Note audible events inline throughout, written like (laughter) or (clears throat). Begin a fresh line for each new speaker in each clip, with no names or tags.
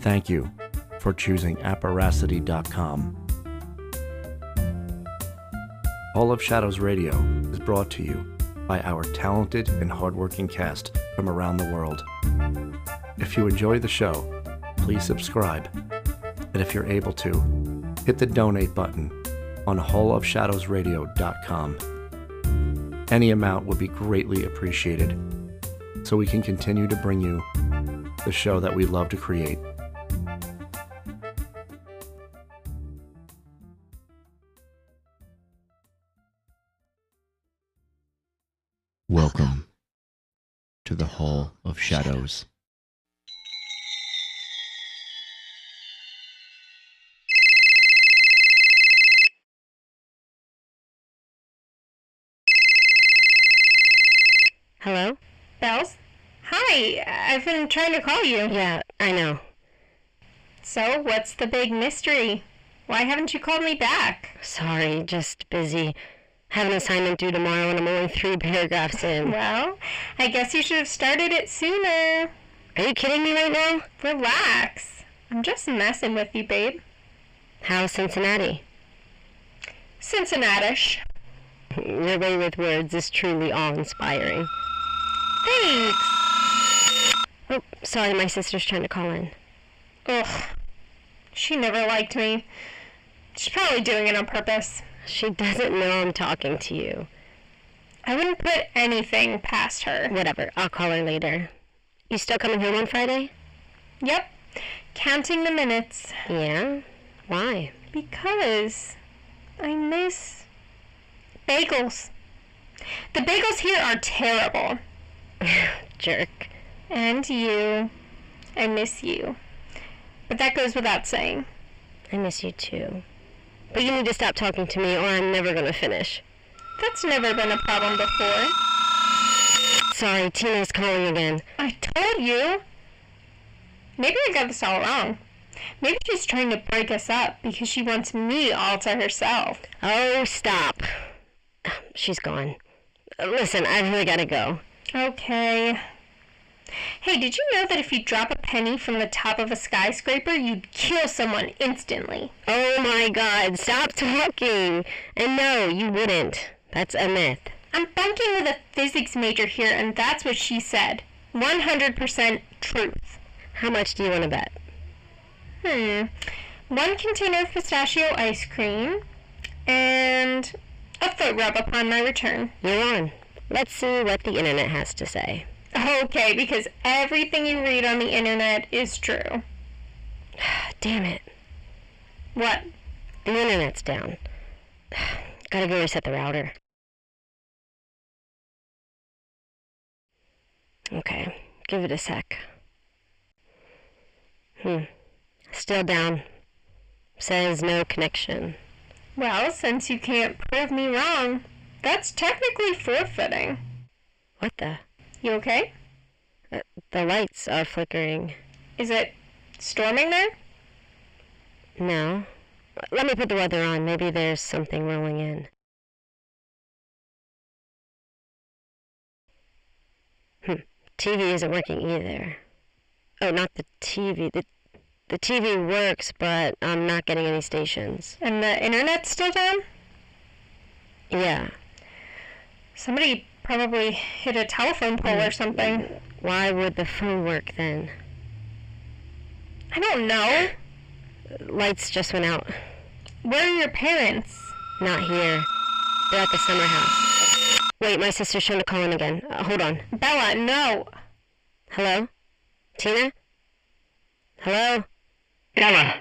Thank you for choosing Apparacity.com. All of Shadows Radio is brought to you by our talented and hardworking cast from around the world. If you enjoy the show, please subscribe. And if you're able to, hit the donate button on hallofshadowsradio.com. Any amount would be greatly appreciated so we can continue to bring you the show that we love to create. Welcome to the Hall of Shadows.
Hello?
Bells? Hi, I've been trying to call you.
Yeah, I know.
So, what's the big mystery? Why haven't you called me back?
Sorry, just busy. Have an assignment due tomorrow and I'm only three (laughs) paragraphs in.
Well, I guess you should have started it sooner.
Are you kidding me right now?
Relax. I'm just messing with you, babe.
How Cincinnati? (laughs)
Cincinnati.
Your way with words is truly awe inspiring.
Thanks.
Oh, sorry, my sister's trying to call in.
Ugh. She never liked me. She's probably doing it on purpose.
She doesn't know I'm talking to you.
I wouldn't put anything past her.
Whatever, I'll call her later. You still coming home on Friday?
Yep. Counting the minutes.
Yeah? Why? (laughs)
Because I miss bagels. The bagels here are terrible.
Jerk.
And you. I miss you. But that goes without saying.
I miss you too. But you need to stop talking to me or I'm never gonna finish.
That's never been a problem before.
Sorry, Tina's calling again.
I told you. Maybe I got this all wrong. Maybe she's trying to break us up because she wants me all to herself.
Oh, stop. Um, She's gone. Listen, I really gotta go.
Okay. Hey, did you know that if you drop a penny from the top of a skyscraper, you'd kill someone instantly?
Oh my god, stop talking! And no, you wouldn't. That's a myth.
I'm bunking with a physics major here, and that's what she said. 100% truth.
How much do you want to bet?
Hmm. One container of pistachio ice cream, and a foot rub upon my return.
You're on. Let's see what the internet has to say.
Okay, because everything you read on the internet is true.
Damn it.
What?
The internet's down. (sighs) Gotta go reset the router. Okay, give it a sec. Hmm. Still down. Says no connection.
Well, since you can't prove me wrong, that's technically forfeiting.
What the?
You okay?
Uh, The lights are flickering.
Is it storming there?
No. Let me put the weather on. Maybe there's something rolling in. Hmm. TV isn't working either. Oh, not the TV. The, the TV works, but I'm not getting any stations.
And the internet's still down?
Yeah.
Somebody probably hit a telephone pole or something.
Why would the phone work then?
I don't know.
Lights just went out.
Where are your parents?
Not here. They're at the summer house. Wait, my sister's trying to call in again. Uh, hold on.
Bella, no.
Hello? Tina? Hello?
Bella,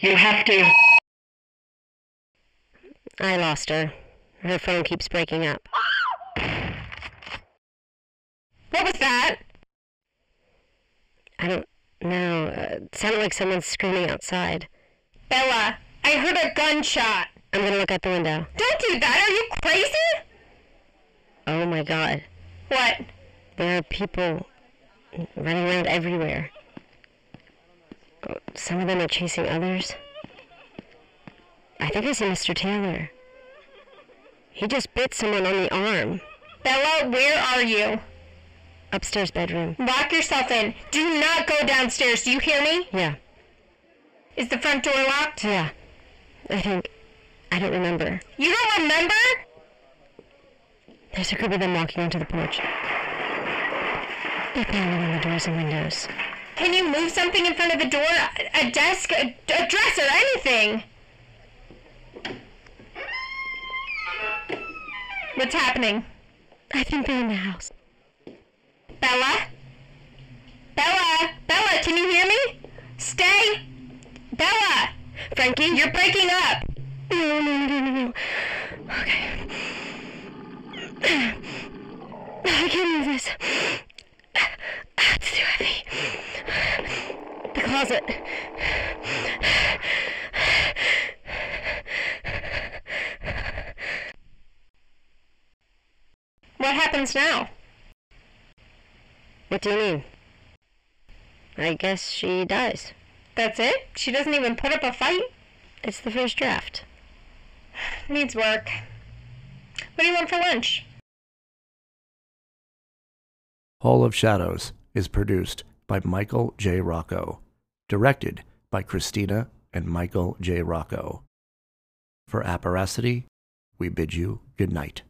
you have to.
I lost her. Her phone keeps breaking up.
What was that?
I don't know. Uh, it sounded like someone's screaming outside.
Bella, I heard a gunshot.
I'm gonna look out the window.
Don't do that. Are you crazy?
Oh my god.
What?
There are people running around everywhere. Oh, Some of them are chasing others. I think I see Mr. Taylor. He just bit someone on the arm.
Bella, where are you?
Upstairs bedroom.
Lock yourself in. Do not go downstairs. Do you hear me?
Yeah.
Is the front door locked?
Yeah. I think. I don't remember.
You don't remember?
There's a group of them walking onto the porch. They're pounding on the doors and windows.
Can you move something in front of the door? A- A desk, a, a dresser, anything? What's happening?
I think they're in the house.
Bella? Bella? Bella, can you hear me? Stay! Bella! Frankie? You're breaking up!
No, no, no, no, no. Okay. (clears throat) I can't move this. It's too heavy. The closet.
What happens now?
What do you mean? I guess she dies.
That's it? She doesn't even put up a fight?
It's the first draft.
Needs work. What do you want for lunch?
Hall of Shadows is produced by Michael J. Rocco, directed by Christina and Michael J. Rocco. For Apparacity, we bid you good night.